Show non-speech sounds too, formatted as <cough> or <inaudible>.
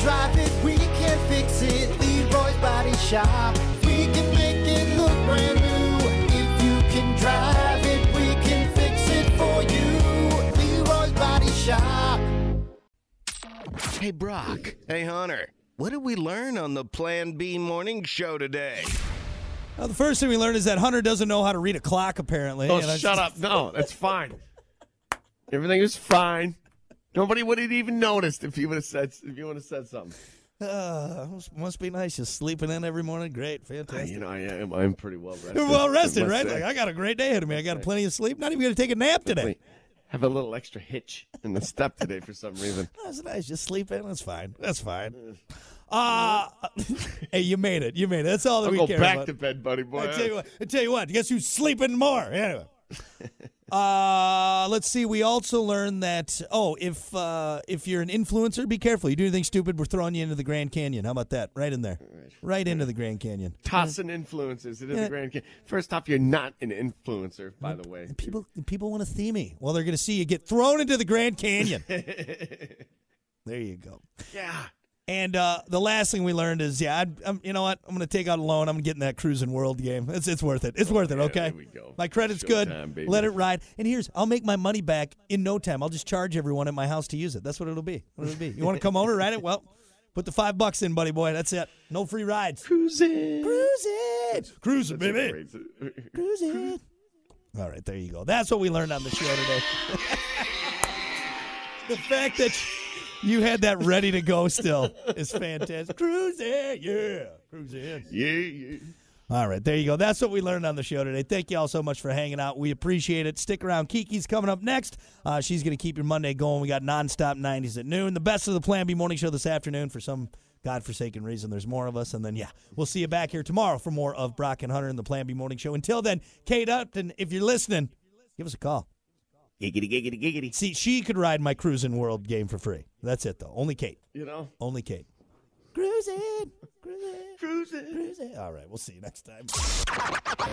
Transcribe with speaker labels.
Speaker 1: drive it, we can fix it. Leroy's Body Shop. We can make it look brand new. If you can drive it, we can fix it for you. Leroy's Body Shop.
Speaker 2: Hey, Brock.
Speaker 3: Hey, Hunter, what did we learn on the Plan B morning show today?
Speaker 4: Now, the first thing we learned is that Hunter doesn't know how to read a clock, apparently.
Speaker 5: Oh,
Speaker 4: And I-
Speaker 5: shut up. No, that's fine. Everything is fine. Nobody would have even noticed if you would have said if you would have said something.
Speaker 4: Uh, must- must be nice. Just sleeping in every morning. Great.
Speaker 5: I-
Speaker 4: Fantastic.
Speaker 5: You know, I am I'm pretty well rested.
Speaker 4: You're
Speaker 5: <laughs>
Speaker 4: well
Speaker 5: I
Speaker 4: rested,
Speaker 5: must
Speaker 4: right?
Speaker 5: say.
Speaker 4: Like, I got a great day ahead of me. I got plenty of sleep. Not even going to take a nap today.
Speaker 5: Wait, have a little extra hitch in the step today for some reason.
Speaker 4: That's nice. Just sleep in. That's fine. That's fine. Uh, <laughs> hey, you made it. You made it. That's all that
Speaker 5: I'll
Speaker 4: we
Speaker 5: go
Speaker 4: care
Speaker 5: back
Speaker 4: about.
Speaker 5: to bed, buddy boy.
Speaker 4: I tell you what. I tell you what. Guess who's sleeping more? <laughs> Anyway. uh, let's see. We also learned that oh, if uh, if you're an influencer, be careful. You do anything stupid, we're throwing you into the Grand Canyon. How about that? Right in there, right into the Grand Canyon.
Speaker 5: Tossing influences into
Speaker 4: Yeah.
Speaker 5: the Grand Canyon. First off, you're not an influencer, by the way.
Speaker 4: People people want to see me. Well, they're going to see you get thrown into the Grand Canyon. <laughs> there you go.
Speaker 5: <laughs> Yeah.
Speaker 4: And uh, the last thing we learned is, yeah, I'd, I'm, you know what? I'm going to take out a loan. I'm getting that cruising world game. It's it's worth it. It's worth it.
Speaker 5: yeah,
Speaker 4: Okay.
Speaker 5: there we go.
Speaker 4: My credit's
Speaker 5: Showtime,
Speaker 4: good.
Speaker 5: baby.
Speaker 4: Let it ride. And here's, I'll make my money back in no time. I'll just charge everyone at my house to use it. That's what it'll be. What it'll be. You want to come over, ride it? Well, put the five bucks in, buddy boy. That's it. No free rides.
Speaker 5: Cruising.
Speaker 4: Cruising, cruising,
Speaker 5: That's a
Speaker 4: baby.
Speaker 5: great-
Speaker 4: Cruise it. All right, there you go. That's what we learned on the show today. <laughs> the fact that you had that ready to go still is fantastic. Cruise it, yeah. Cruise it.
Speaker 5: Yeah, yeah.
Speaker 4: All right, there you go. That's what we learned on the show today. Thank you all so much for hanging out. We appreciate it. Stick around. Kiki's coming up next. Uh, she's going to keep your Monday going. We got nonstop 90s at noon. The best of the Plan B morning show this afternoon for some godforsaken reason. There's more of us. And then, yeah, we'll see you back here tomorrow for more of Brock and Hunter and the Plan B morning show. Until then, Kate Upton, if you're listening, give us a call.
Speaker 5: Giggity, giggity, giggity.
Speaker 4: See, she could ride my Cruising World game for free. That's it, though. Only Kate.
Speaker 5: You know,
Speaker 4: Only Kate. Cruising. Cruising.
Speaker 5: cruising.
Speaker 4: Cruising. All right, we'll see you next time.